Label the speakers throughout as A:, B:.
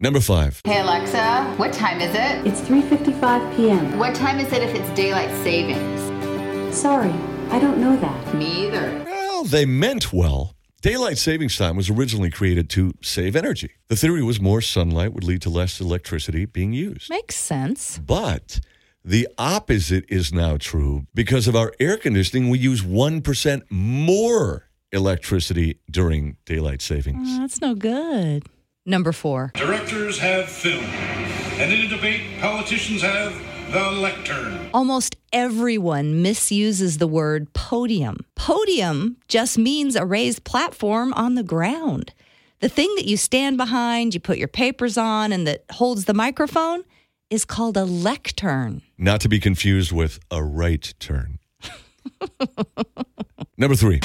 A: Number five.
B: Hey Alexa, what time is it?
C: It's 3:55 p.m.
B: What time is it if it's daylight savings?
C: Sorry, I don't know that.
B: Me either.
A: Well, they meant well. Daylight savings time was originally created to save energy. The theory was more sunlight would lead to less electricity being used.
D: Makes sense.
A: But the opposite is now true. Because of our air conditioning, we use 1% more electricity during daylight savings.
D: Oh, that's no good. Number four.
E: Directors have film, and in a debate, politicians have the lectern.
D: Almost everyone misuses the word podium. Podium just means a raised platform on the ground. The thing that you stand behind, you put your papers on, and that holds the microphone is called a lectern.
A: Not to be confused with a right turn. Number three.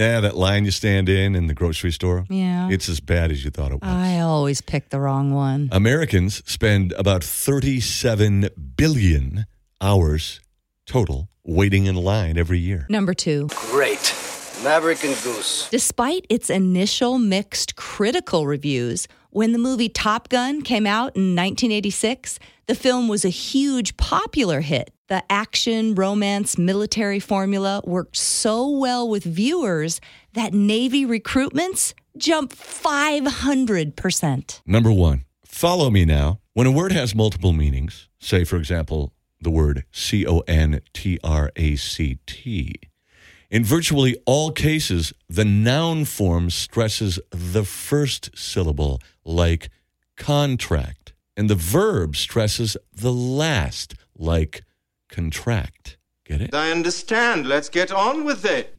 A: Yeah, that line you stand in in the grocery store.
D: Yeah.
A: It's as bad as you thought it was.
D: I always pick the wrong one.
A: Americans spend about 37 billion hours total waiting in line every year.
D: Number two.
F: Great. Maverick and Goose.
D: Despite its initial mixed critical reviews, when the movie Top Gun came out in 1986, the film was a huge popular hit. The action, romance, military formula worked so well with viewers that Navy recruitments jumped 500%.
A: Number one, follow me now. When a word has multiple meanings, say, for example, the word C O N T R A C T, in virtually all cases, the noun form stresses the first syllable, like contract, and the verb stresses the last, like contract. Get it?
G: I understand. Let's get on with it.